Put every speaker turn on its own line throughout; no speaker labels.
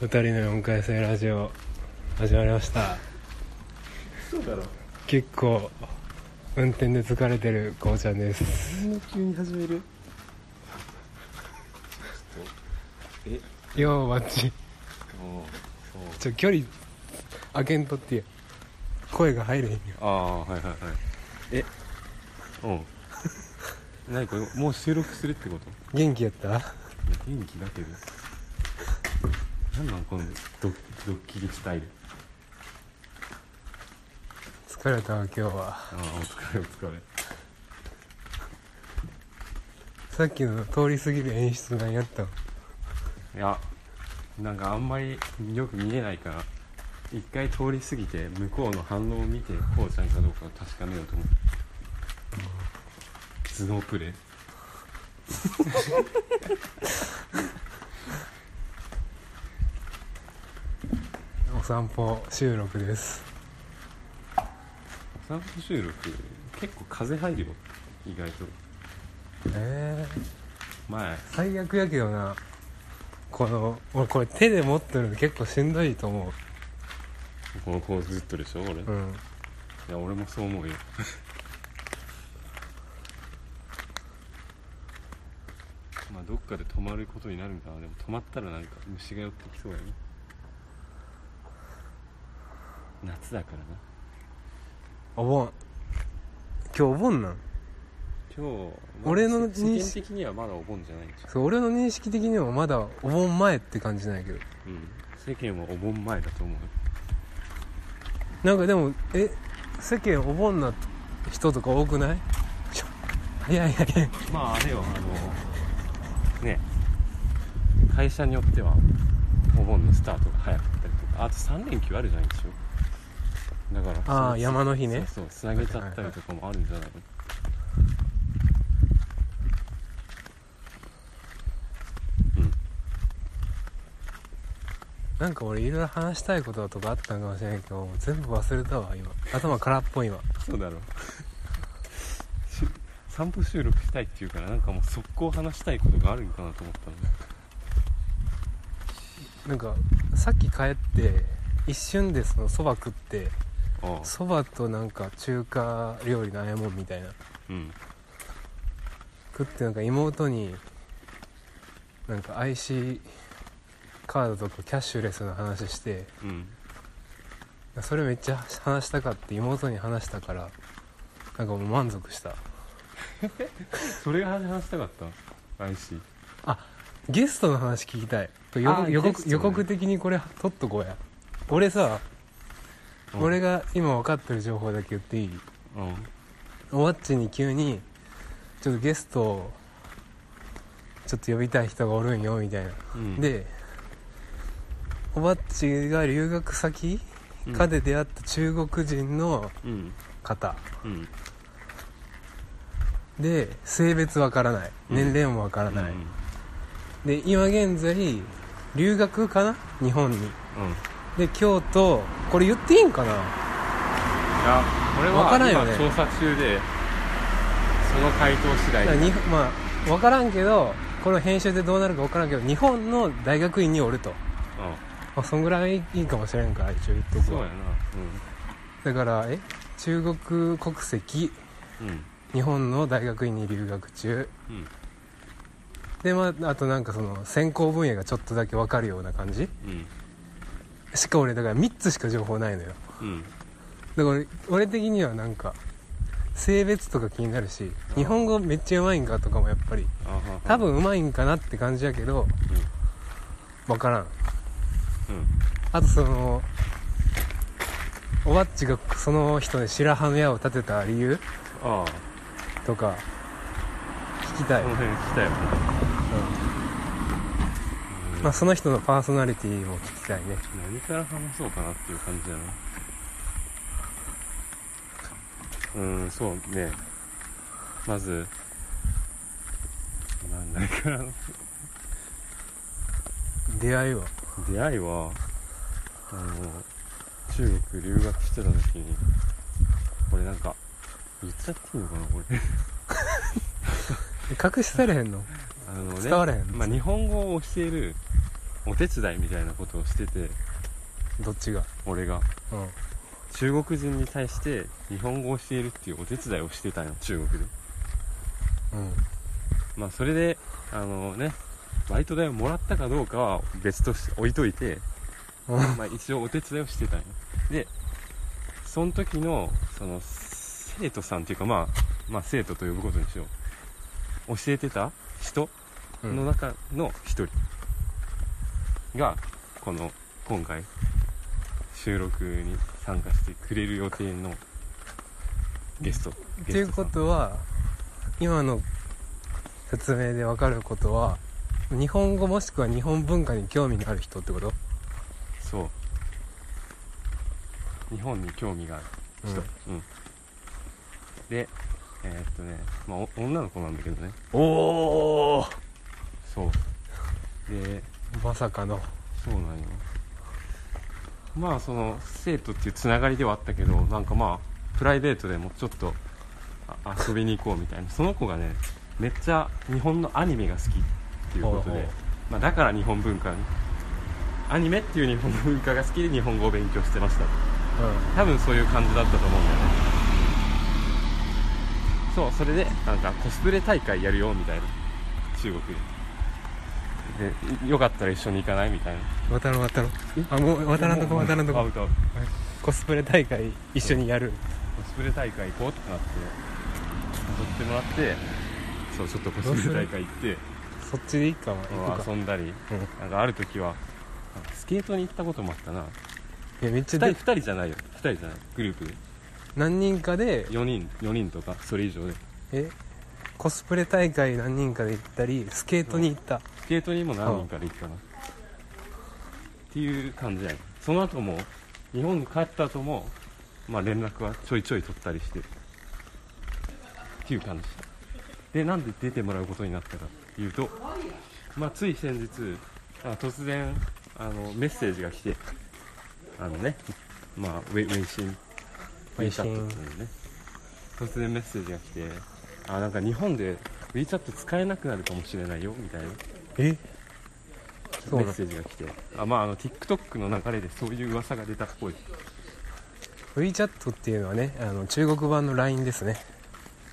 二人の4回生ラジオ始まりました
そうだろ
結構運転で疲れてるこうちゃんです
そんな急に始めるちょっとえ
ようマッチ
もうそ
ちょ
う
距離開けんとってや声が入れへんよ
ああはいはいはいえうん 何これもう収録するってこと
元気やった
いや元気だけど何なんこのドドッキリスタイル
疲れたわ今日は
ああお疲れお疲れ
さっきの通り過ぎる演出がやったわ
いやなんかあんまりよく見えないから一回通り過ぎて向こうの反応を見てこうちゃんかどうかを確かめようと思う頭脳プレー
お散歩収録です
散歩収録結構風入るよ意外と
えー、
前
最悪やけどなこの俺これ手で持ってるの結構しんどいと思
この子ずっとでしょ俺、
うう
い
ん
や俺もそう思うよ まあどっかで止まることになるんかなでも止まったらなんか虫が寄ってきそうやね夏だからな
お盆今日お盆なん
今日、
俺の
世
認
間
識
的にはまだお盆じゃないでしょ、
そう俺の認識的にもまだお盆前って感じなんやけど
うん、世間はお盆前だと思うよ
なんかでもえ世間お盆な人とか多くない ちょ早い早い
まああれよあのね会社によってはお盆のスタートが早かったりとかあと3連休あるじゃないでしょだから
あ
そ
あ
う
山の日ね
そうそうつなげちゃったりとかもあるんじゃないの
なんか俺いろいろ話したいこととかあったんかもしれんけどもう全部忘れたわ今頭空っぽい今
そうだろうし 散歩収録したいっていうからなんかもう速攻話したいことがあるんかなと思ったのね
なんかさっき帰って一瞬でそのそば食って
ああ
そばとなんか中華料理のあやもんみたいな
うん
食ってなんか妹になんか IC カードとかキャッシュレスの話して
うん
それめっちゃ話したかって妹に話したからなんかもう満足した
それが話したかった IC
ゲストの話聞きたい予
あー
告予
ゲスト
告
ね
予告的にこれ取っとこうや俺さ、俺
が
が今分かってる情報だけ言っていい
うん
おわっちに急にちょっとゲストをちょっと呼びたい人がおるんよみたいな、
うん
でおばっちが留学先
うん
かで出会った中国人の
うん
方、
うん
で性別わからない
うん
年齢もわからない、
うん
で今現在留学かな日本に
うん
で京都これ言っていいんかない
やこれ
わ
は
からんよ
今
ね
調査中でその回答次第
だからにまあ分からんけどこの編集でどうなるか分からんけど日本の大学院におると、まあ、そんぐらいいいかもしれんから一応言っ
う
と
ん
く
そうや
わだ
な
からえ中国国籍
うんうん
日本の大学院に留学中
うん
でまああとなんかその専攻分野がちょっとだけ分かるような感じ
うん
しか俺だから3つしか情報ないのよ
うん
だから俺俺的にはなんか性別とか気になるし日本語めっちゃうまいんかとかもやっぱり
あはは
多分うまいんかなって感じやけど分からん
うんうん
あとそのおばっちがその人に白羽の矢を立てた理由
ああ
とか聞きたい、
この辺来たよ
まあ、その人のパーソナリティも聞きたいね
何から話そうかなっていう感じだなうんそうねまずなんだから
出会いは
出会いはあの中国留学してた時にこれなんか言っちゃっていいのかなこれ
隠しされへんの
あのね
伝わらへん
まあ、日本語を教えるお手伝いみたいなことをしてて
どっちが
俺が
うん
中国人に対して日本語を教えるっていうお手伝いをしてたよ中国で
うん
まあそれであのねバイト代をもらったかどうかは別として置いといて
うん
まあ、一応お手伝いをしてたんよでその時のその生徒さんっていうか、まあ、まあ生徒と呼ぶことにしよう教えてた人
うん
の中の一人がこの今回収録に参加してくれる予定のゲスト
っていうことは今の説明で分かることは日本語もしくは日本文化に興味のある人ってこと
そう日本に興味がある人、うんでえーっとね、まあ、お女の子なんだけどね
おお
そうで
まさかの
そうなんよまあその生徒っていうつながりではあったけどなんかまあプライベートでもちょっとあ遊びに行こうみたいなその子がねめっちゃ日本のアニメが好きっていうこ
ほ
と
うほ
で
う、
まあ、だから日本文化にアニメっていう日本文化が好きで日本語を勉強してました
う
多分そういう感じだったと思うんだよねそうそれでなんかコスプレ大会やるよみたいな中国ででよかったら一緒に行かないみたいなん
渡ろう渡ろうあもう渡らんとこ渡らんと
ア
こ
ウトアウト
コスプレ大会一緒にやる
コスプレ大会行こうってなって誘ってもらってそうちょっとコ
どう
ス
す
プ
る
レ大会行って
そっちでいいかまあ行くか
遊んだり
うん
なんかある時はなんかスケートに行ったこともあったない
やめっちゃ
2,
で
人二人じゃないよ2人じゃないグループで
何人かで
4人4人とかそれ以上で
えコスプレ大会何人かで行ったりスケートに行った
スケートにも何人かで行ったなっていう感じやねその後も日本に帰った後もまあ連絡はちょいちょい取ったりしてっていう感じでなんで出てもらうことになったかっていうとまあつい先日あ突然あのメッセージが来てあのねまあウェウェイシン
ウェイシン
WeChat っていうね突然メッセージが来てあなんか日本で WeChat 使えなくなるかもしれないよみたいな
えそうな
メッ
の
セージが来てあまああの TikTok の流れでそういう噂が出たっぽい
WeChat っていうのはねあの中国版の LINE ですね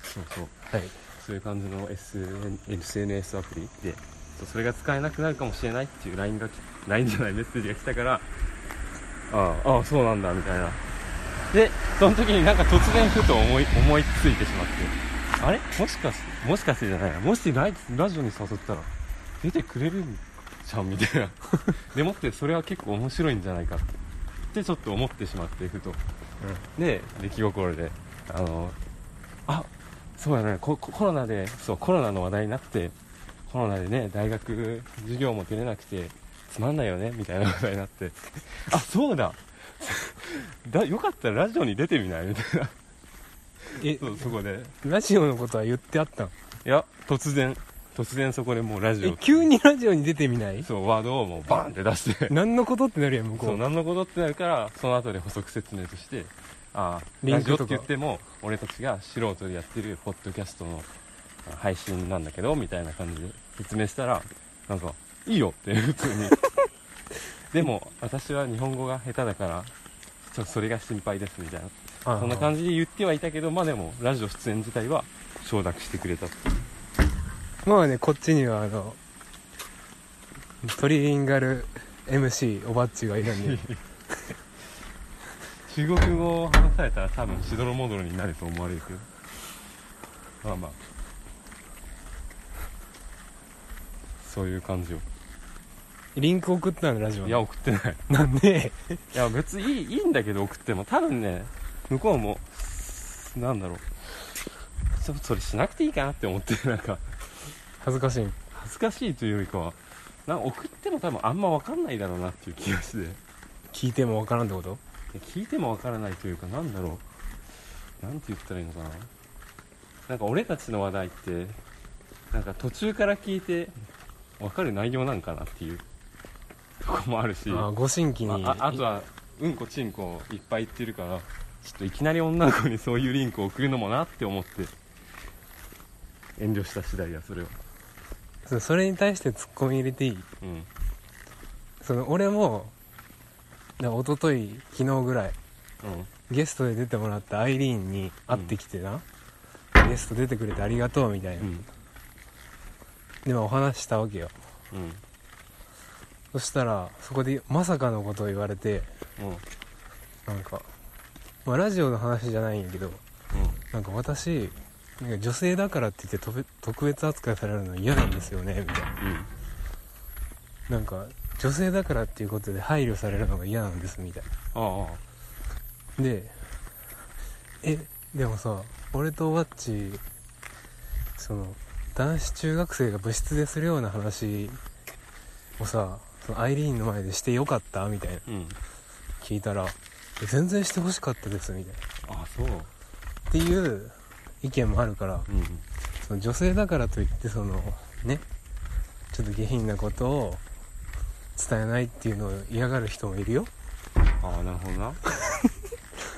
そうそう
はい
そういう感じの SN SNS アプリでそうそれが使えなくなるかもしれないっていう LINE が来 LINE じゃないメッセージが来たからああああそうなんだみたいなでその時になんか突然ふと思い思いついてしまってあれもしかしてもしかしてじゃないなもしライラジオに誘ったら出てくれるんじゃんみたいな でもってそれは結構面白いんじゃないかってってちょっと思ってしまってふとで出来心であのあそうやねコココロナでそうコロナの話題になってコロナでね大学授業も出れなくてつまんないよねみたいな話題になってあそうだ だよかったらラジオに出てみないみたいな
え
そうそこで
ラジオのことは言ってあったの
いや突然突然そこでもうラジ
え
オ
急にラジオに出てみない
そうワードをもうバンって出して
何のことってなるやん向こ
そうう何のことってなるからその後で補足説明としてああ
リ
ラ
ン
ジオ
クと
って
か
言っても俺たちが素人でやってるポッドキャストのあ配信なんだけどみたいな感じで説明したらなんかいいよって 普通にでも私は日本語が下手だからちょっとそれが心配ですみたいな
あ
そんな感じで言ってはいたけどまあでもラジオ出演自体は承諾してくれたって
じまあねこっちにはあのトリリンガル MC おばっちがいるん で
中国語を話されたら多分しどろもどろになると思われるけどまあまあそういう感じよ
リンク送ったのラジオに
いや送ってない
なんで
いや別にいいいいんだけど送っても多分ね向こうもなんだろうそそれしなくていいかなって思ってなんか
恥ずかしい
恥ずかしいというよりかはなんか送っても多分あんま分かんないだろうなっていう気がして
聞いてもわからんってこと
で聞いてもわからないというかなんだろうなんて言ったらいいのかななんか俺たちの話題ってなんか途中から聞いてわかる内容なんかなっていうとこもあるし
あ
あ
ご新規に
ああとはうんこちんこいっぱい言ってるからちょっといきなり女の子にそういうリンクを送るのもなって思って遠慮した次第やそれは
そうそれに対してツッコミ入れていい
うん
その俺もだから一昨日昨日ぐらい
うん
ゲストで出てもらったアイリーンに会ってきてな、ゲスト出てくれてありがとうみたいな、
うん
でもお話したわけよ
うん
そしたらそこでまさかのことを言われて
うんうん
なんか、まあ、ラジオの話じゃないんやけどなんか私なんか女性だからって言ってとべ特別扱いされるの嫌なんですよねみたいななんか女性だからっていうことで配慮されるのが嫌なんですみたい
ああ
なでえでもさ俺とワッチその男子中学生が部室でするような話をさそのアイリーンの前でしてよかったみたいな
うん
聞いたらえ全然してほしかったですみたいな
あそう
っていう意見もあるから
うん
その女性だからといってそのねちょっと下品なことを伝えないっていうのを嫌がる人もいるよ、
ああなるほどな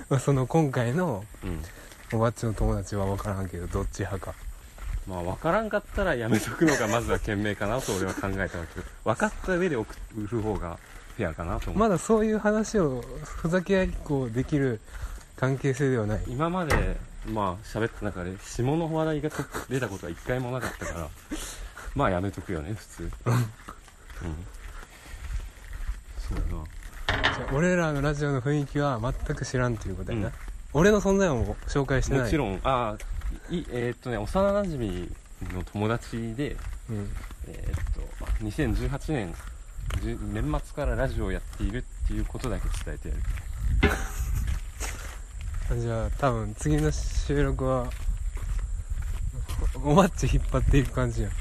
まあ、その今回の
うん
おばっちの友達は分からんけどどっち派か
まあ分からんかったらやめとくのがまずは賢明かなと俺は考えたわけど分かった上で送る方がフェアかなと思う、
まだそういう話をふざけ合いっこうできる関係性ではない
今までまあ喋った中で下の話題がと出たことは一回もなかったからまあやめとくよね普通うんそうだな
じゃあ俺らのラジオの雰囲気は全く知らんということやな、
うん
俺の存在も紹介してない
もちろ
ん、
んああいえーっとね幼なじみの友達で
うん
えーっとまあ2018年じゅ年末からラジオをやっているっていうことだけ伝えてやる
あじゃあ多分次の収録はおおばっち引っ張っていく感じやん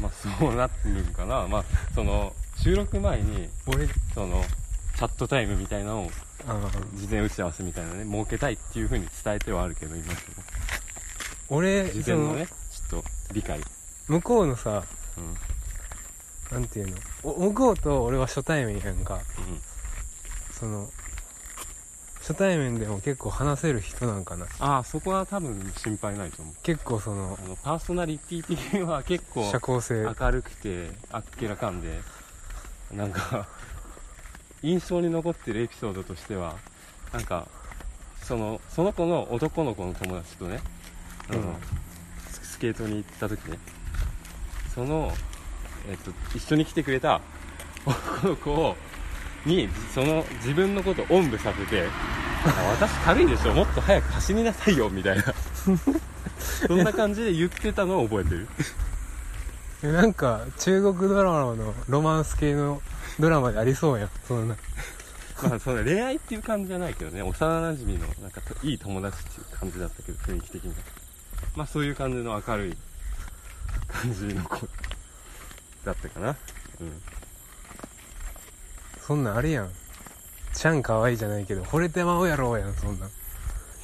まあそうなってるんかなまあその収録前に
俺
そのチャットタイムみたいなのを
ああ
事前打ち合わせみたいなね設けたいっていうふうに伝えてはあるけど今のとこ
俺
事前のねちょっと理解
その向こうのさ
うんうん
なんていうのお向こうと俺は初対面やんかその初対面でも結構話せる人なんかな
ああそこは多分心配ないと思う
結構その
あのパーソナリティ的には結構
社交性
明るくてあっけらかんでなんか印象に残ってるエピソードとしてはなんかそのその子の男の子の友達とね、あの
うん
ススケートに行った時ねその、えっと一緒に来てくれた男の子をにその自分のことをおんぶさせてあ私軽いでしょもっと早く走りなさいよみ たいなそんな感じで言ってたのを覚えてる
えなんか中国ドラマのロマンス系のドラマでありそうやんそんな
まあその恋愛っていう感じじゃないけどね幼馴染のなんかといい友達っていう感じだったけど雰囲気的にはまあそういう感じの明るい感じの子だったかなうん
そんなんあれやんちゃんかわいいじゃないけど惚れてまうやろうやんそんなん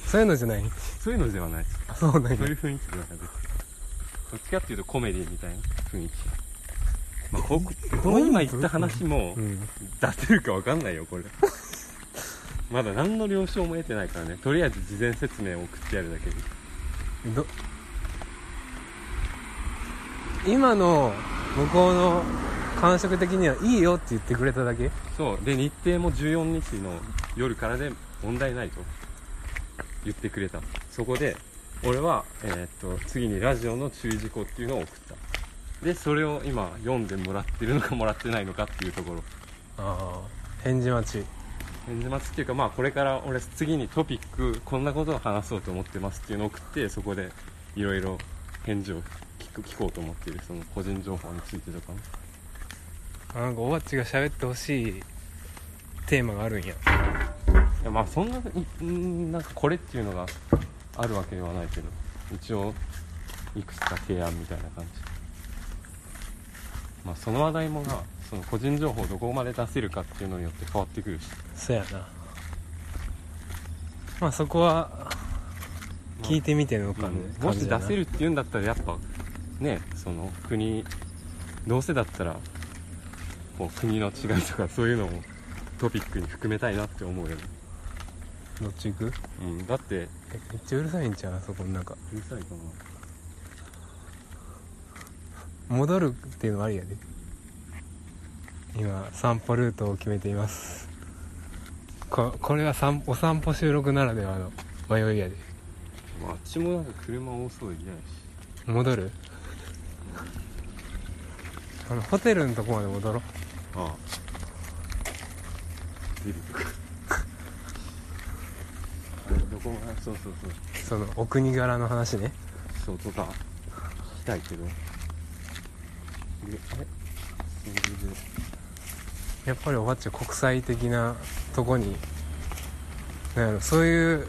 そういうのじゃない
そういうのではない
あそうなん
そ
や
ういう雰囲気ではないどっちかっていうとコメディみたいな雰囲気まあこうこの今言った話も
うん
出せるか分かんないよこれ まだ何の了承も得てないからねとりあえず事前説明を送ってやるだけで
ど今の向こうの感触的にはいいよって言ってくれただけ
そうで日程も14日の夜からで問題ないと言ってくれたそこで俺は、えーっと次にラジオの注意事項っていうのを送ったでそれを今読んでもらってるのかもらってないのかっていうところ
ああ返事待ち
返事待ちっていうかまあこれから俺次にトピックこんなことを話そうと思ってますっていうのを送ってそこでいろいろ返事を聞く聞こうと思っているその個人情報についてとかね
あなんかおばっちが喋ってほしいテーマがあるんや
いやまあそんなうんなんかこれっていうのがあるわけではないけど一応いくつか提案みたいな感じまあその話題もなその個人情報をどこまで出せるかっていうのによって変わってくるし
そやなまあそこは聞いてみての
まあ
感じ、
もし出せる
る
っていうんだったらやっぱねその国どうせだったらこう国の違いとかそういうのもトピックに含めたいなって思うよね、
どっち行く
うん、だって
えめっちゃうるさいんちゃうあそこの中
うるさいかな
戻るっていうのもありやで今散歩ルートを決めていますここれは散お散歩収録ならではの迷いやで
まああっちもなんか車多そうでいないし
戻るあのホテルのとこまで戻ろう
ああビルとか どこもそうそうそう
そのお国柄の話ね
そうとか聞きたいけどであれそれで
やっぱりおばっちは国際的なとこになんやろそういう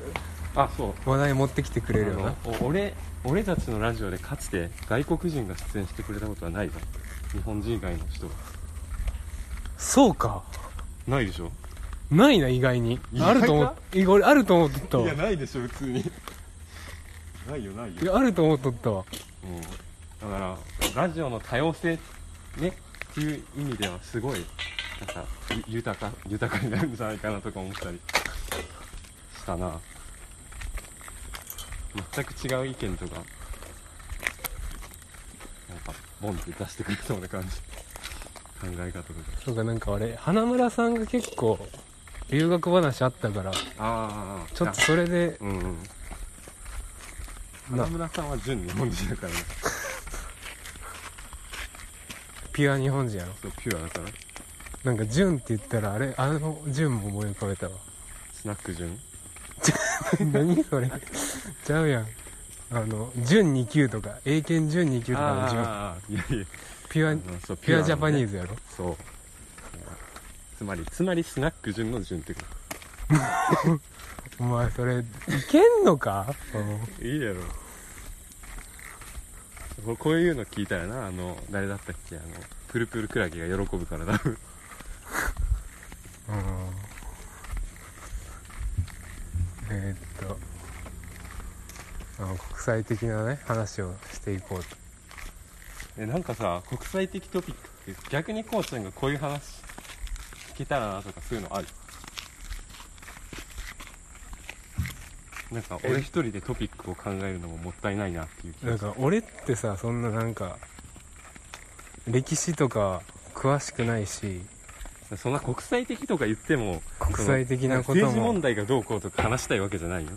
あそう
話題持ってきてくれるよ
あ
な
のお俺俺たちのラジオでかつて外国人が出演してくれたことはないぞ日本人以外の人が
そうか
ないでしょ
ないな意外に
意
あ
外か
ると思っ意外俺あると思っとったわい
ないでしょ普通にないよない
やあると思っとったわ
うんだからラジオの多様性ねっていう意味ではすごいなんかゆ豊か豊かになるんじゃないかなとか思ったりしたな全く違う意見とかなんかボンって出してくれそうな感じ考え方とか
そうかなんかあれ花村さんが結構留学話あったから
ああ
ちょっとそれで
うんうん
な
花村さんは純日本人だからね
ピュア日本人やろ
そうピュアだから
なんか純って言ったらあれあの純も思い浮かべ たわ
スナック純
何それちゃうやんあの純2級とか英検準2級とかの純
あーあーあーいやいや
ピュア
あのそう
ピュアジャパニー
ズ
ズやろ
そうつまりつまりスナック順の順ってこ
お前それいけんのかう
といいだろここういうの聞いたらなあの誰だったっけあのプルプルクラゲが喜ぶからだ
んうんえーっとあの国際的なね話をしていこうと
えなんかさ国際的トピックって逆にこうちゃんがこういう話聞けたらなとかそういうのあるなんか俺一人でトピックを考えるのももったいないなっていう気
な
が
んか俺ってさそんななんか歴史とか詳しくないし
そんな国際的とか言っても
国際的なことも
政治問題がどうこうとか話したいわけじゃないよ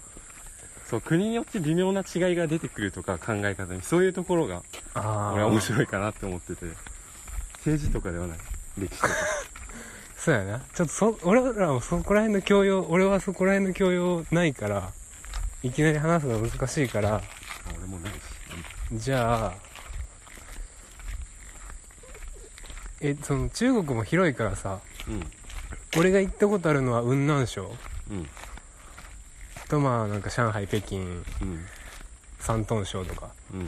そう国によって微妙な違いが出てくるとか考え方にそういうところが
あ
俺は面
あ
白いかなって思ってて政治とかではない歴史とか
そうやなちょっとそ俺らもそこら辺の教養俺はそこら辺の教養ないからいきなり話すの難しいから
あ俺もないし
じゃあえその中国も広いからさ
うん
俺が行ったことあるのは雲南省
うん
とまあなんか上海北京
うん
山東省とか
うん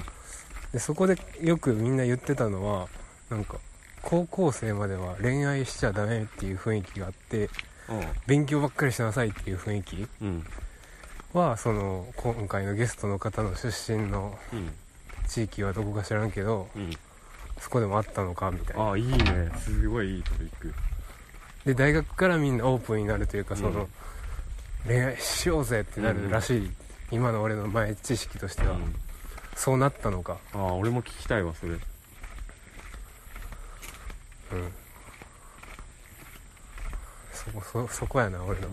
でそこでよくみんな言ってたのはなんか高校生までは恋愛しちゃダメっていう雰囲気があって勉強ばっかりしなさいっていう雰囲気
うんうん
はその今回のゲストの方の出身の
うん
地域はどこか知らんけど
うん
そこでもあったのかみたいな
ああいいねすごいいいトピック
で大学からみんなオープンになるというかその、
うん
恋愛しようぜってなるらしい、今の俺の前知識としては、
うん
そうなったのか
ああ俺も聞きたいわそれ
うんそこそそこやな俺の、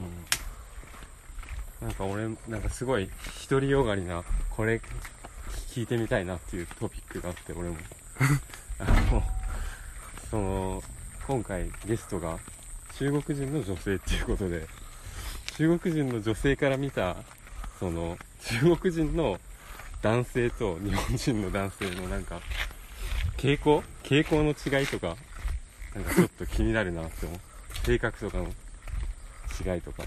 なんか俺なんかすごい独りよがりなこれ聞いてみたいなっていうトピックがあって俺もあのその今回ゲストが中国人の女性っていうことで中国人の女性から見たその中国人の男性と日本人の男性のなんか傾向傾向の違いとかなんかちょっと気になるなって思う性格とかの違いとか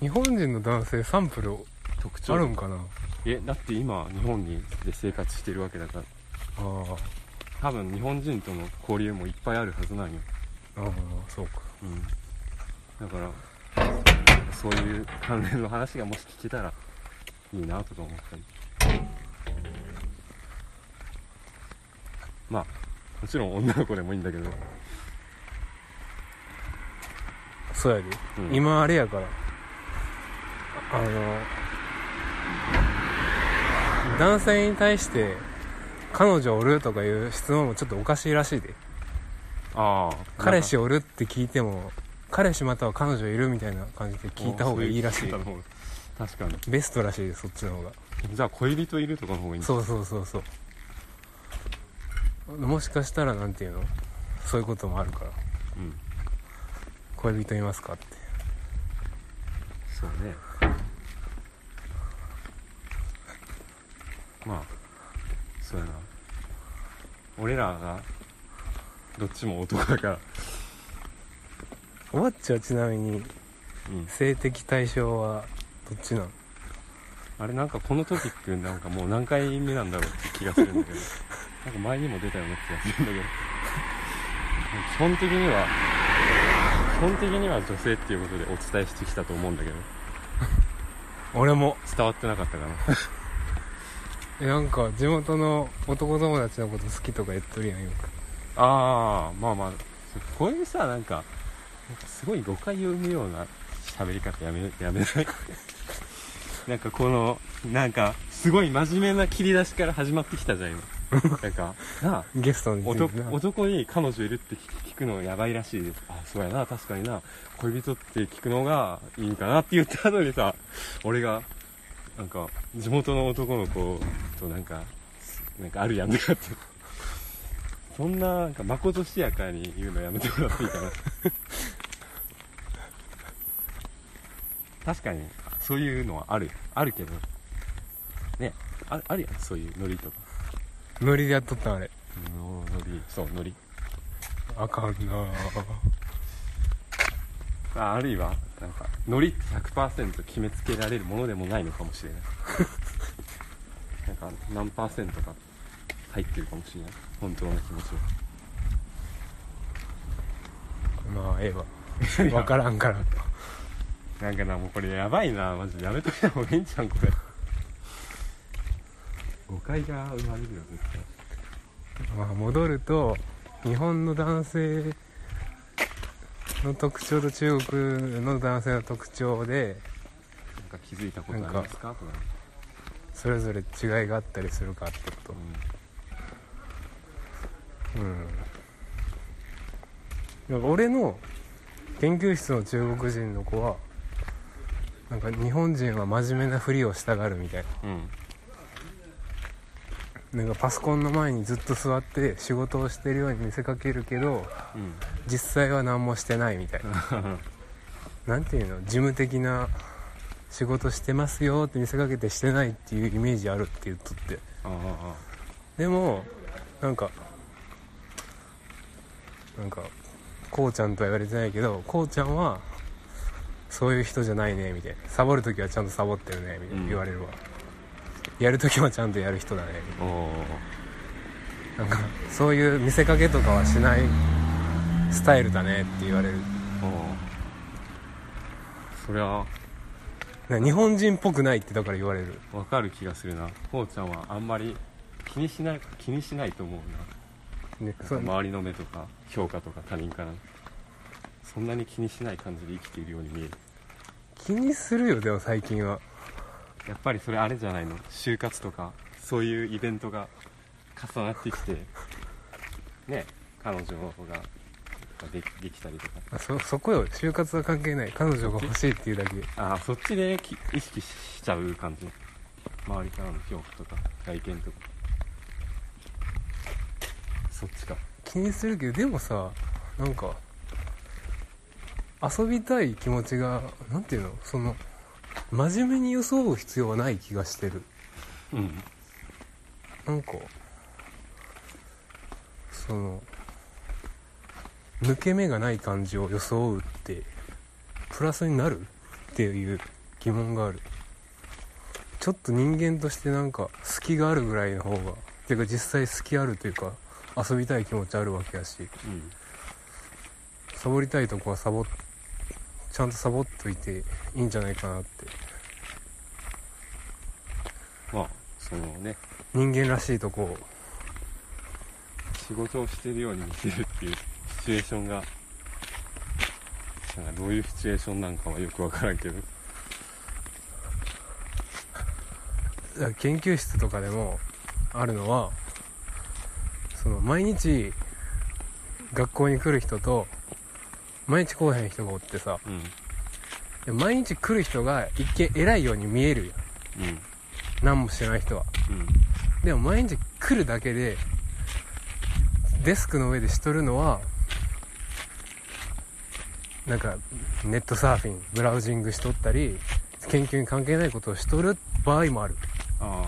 日本人の男性サンプル
特徴
あるんかな
えだって今日本にで生活してるわけだから
あー
多分日本人との交流もいっぱいあるはずなんよ、
あーそうか
うん、だからそういう関連の話がもし聞けたらいいなとか思ったりまあもちろん女の子でもいいんだけど、
そうやで、
うん
今あれやからああの男性に対して「彼女おる?」とかいう質問もちょっとおかしいらしいで
ああ
彼氏おるって聞いても彼氏または彼女いるみたいな感じで聞いた方がいいらしい
そうう聞た方が確かに
ベストらしいですそっちの方が
じゃあ恋人いるとかの方がいいんだ
そうそうそうそうもしかしたらなんていうのそういうこともあるから
うん
恋人いますかって
そうねまあそうやな俺らがどっちも男だから
おばっちはちなみに
うん
性的対象はどっちなの
あれなんかこのトピックなんかもう何回目なんだろうって気がするんだけど なんか前にも出たような気がするんだけど基本的には基本的には女性っていうことでお伝えしてきたと思うんだけど
俺も
伝わってなかったかな
えなんか地元の男友達のこと好きとか言っとるやんよく
ああまあまあこういうさなんかなんかすごい誤解を生むような喋り方やめ やめないなんかこのなんかすごい真面目な切り出しから始まってきたじゃん今なんかなあ
ゲストについて
男
な
男に彼女いるって聞聞くのやばいらしいですあそうやな確かにな恋人って聞くのがいいんかなって言ったのにさ俺がなんか地元の男の子となんかなんかあるやんとかってそんななんかまことしやかに言うのやめてもらっていいかな確かにそういうのはあるあるけどねああるやんそういうノリとか
ノリでやっとったんあれ
ノリそうノリ
あかんな
ああるいはなんかノリって100%決めつけられるものでもないのかもしれない なんか何パーセントか入ってるかもしれない本当の気持ち
まあええわわからんから
はなんかなもうこれやばいなマジでやめといた方がいいんじゃんこれ誤解が生まれるよ絶対
まあ戻ると日本の男性の特徴と中国の男性の特徴で
なんか気づいたことありますかとか
それぞれ違いがあったりするかってことうんなんか俺の研究室の中国人の子はなんか日本人は真面目なふりをしたがるみたい
うんうん
ななんかパソコンの前にずっと座って仕事をしてるように見せかけるけど実際は何もしてないみたいな
うん
なんていうの事務的な仕事してますよって見せかけてしてないっていうイメージあるって言っとって
ああ
でもなんかなんかこうちゃんとは言われてないけどこうちゃんはそういう人じゃないねみたいなサボるときはちゃんとサボってるねみたい
うん
な言われるわ、やるときはちゃんとやる人だねみ
おお
たいななんかそういう見せかけとかはしないスタイルだねって言われる
おおそりゃ
なんか日本人っぽくないってだから言われる
わかる気がするなこうちゃんはあんまり気にしない気にしないと思う
ね
な
そう
周りの目とか評価とか他人からそんなに気にしない感じで生きているように見える
気にするよでも最近は
やっぱりそれあれじゃないの就活とかそういうイベントが重なってきてね彼女ができできたりとか
あそそこよ就活は関係ない彼女が欲しいっていうだけで
ああそっちでき意識しちゃう感じ周りからの評価とか外見とかそっちか
気にするけどでもさなんか遊びたい気持ちがなんていうのその真面目に装う必要はない気がしてる
うん
なんかその抜け目がない感じを装うってプラスになるっていう疑問があるちょっと人間としてなんか隙があるぐらいの方がていうか実際隙あるというか遊びたい気持ちあるわけやし
うん
サボりたいとこはサボっちゃんとサボっといていいんじゃないかなって
まあそのね
人間らしいとこを
仕事をしてるように見せるっていうシチュエーションがなんかどういうシチュエーションなんかはよくわからんけど
だから研究室とかでもあるのはその毎日学校に来る人と毎日来おへん人がおってさ
うん
で毎日来る人が一見偉いように見えるやん
うん
何もしてない人は
うん
でも毎日来るだけでデスクの上でしとるのはなんかネットサーフィンブラウジングしとったり研究に関係ないことをしとる場合もある
あ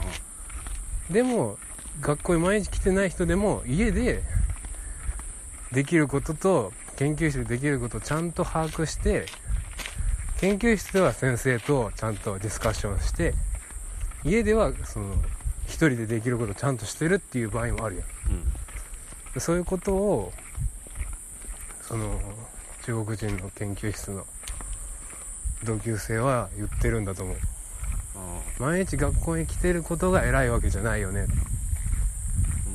でも学校に毎日来てない人でも家でできることと研究室でできることをちゃんと把握して研究室では先生とちゃんとディスカッションして家ではその一人でできることをちゃんとしてるっていう場合もあるやん
あうん
でそういうことをその中国人の研究室の同級生は言ってるんだと思う
あ
毎日学校に来てることが偉いわけじゃないよね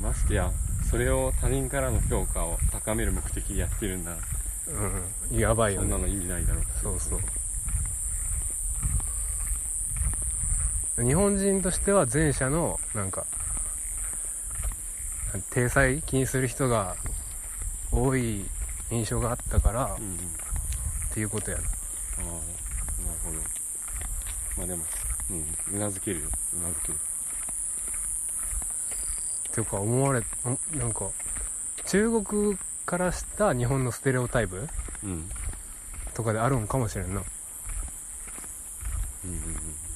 あましてやそれを他人からの評価を高める目的でやってるんだ
うんやばいよ
そん
ね
なの意味ないだろう
そうそう日本人としては前者のなんか体裁気にする人が多い印象があったから
うんうん
っていうことやな
ああなるほどまあでもうんうなずけるようなずける
っていうか思われんなんか中国からした日本のステレオタイプ
うん
とかであるんかもしれんな
うんうんうん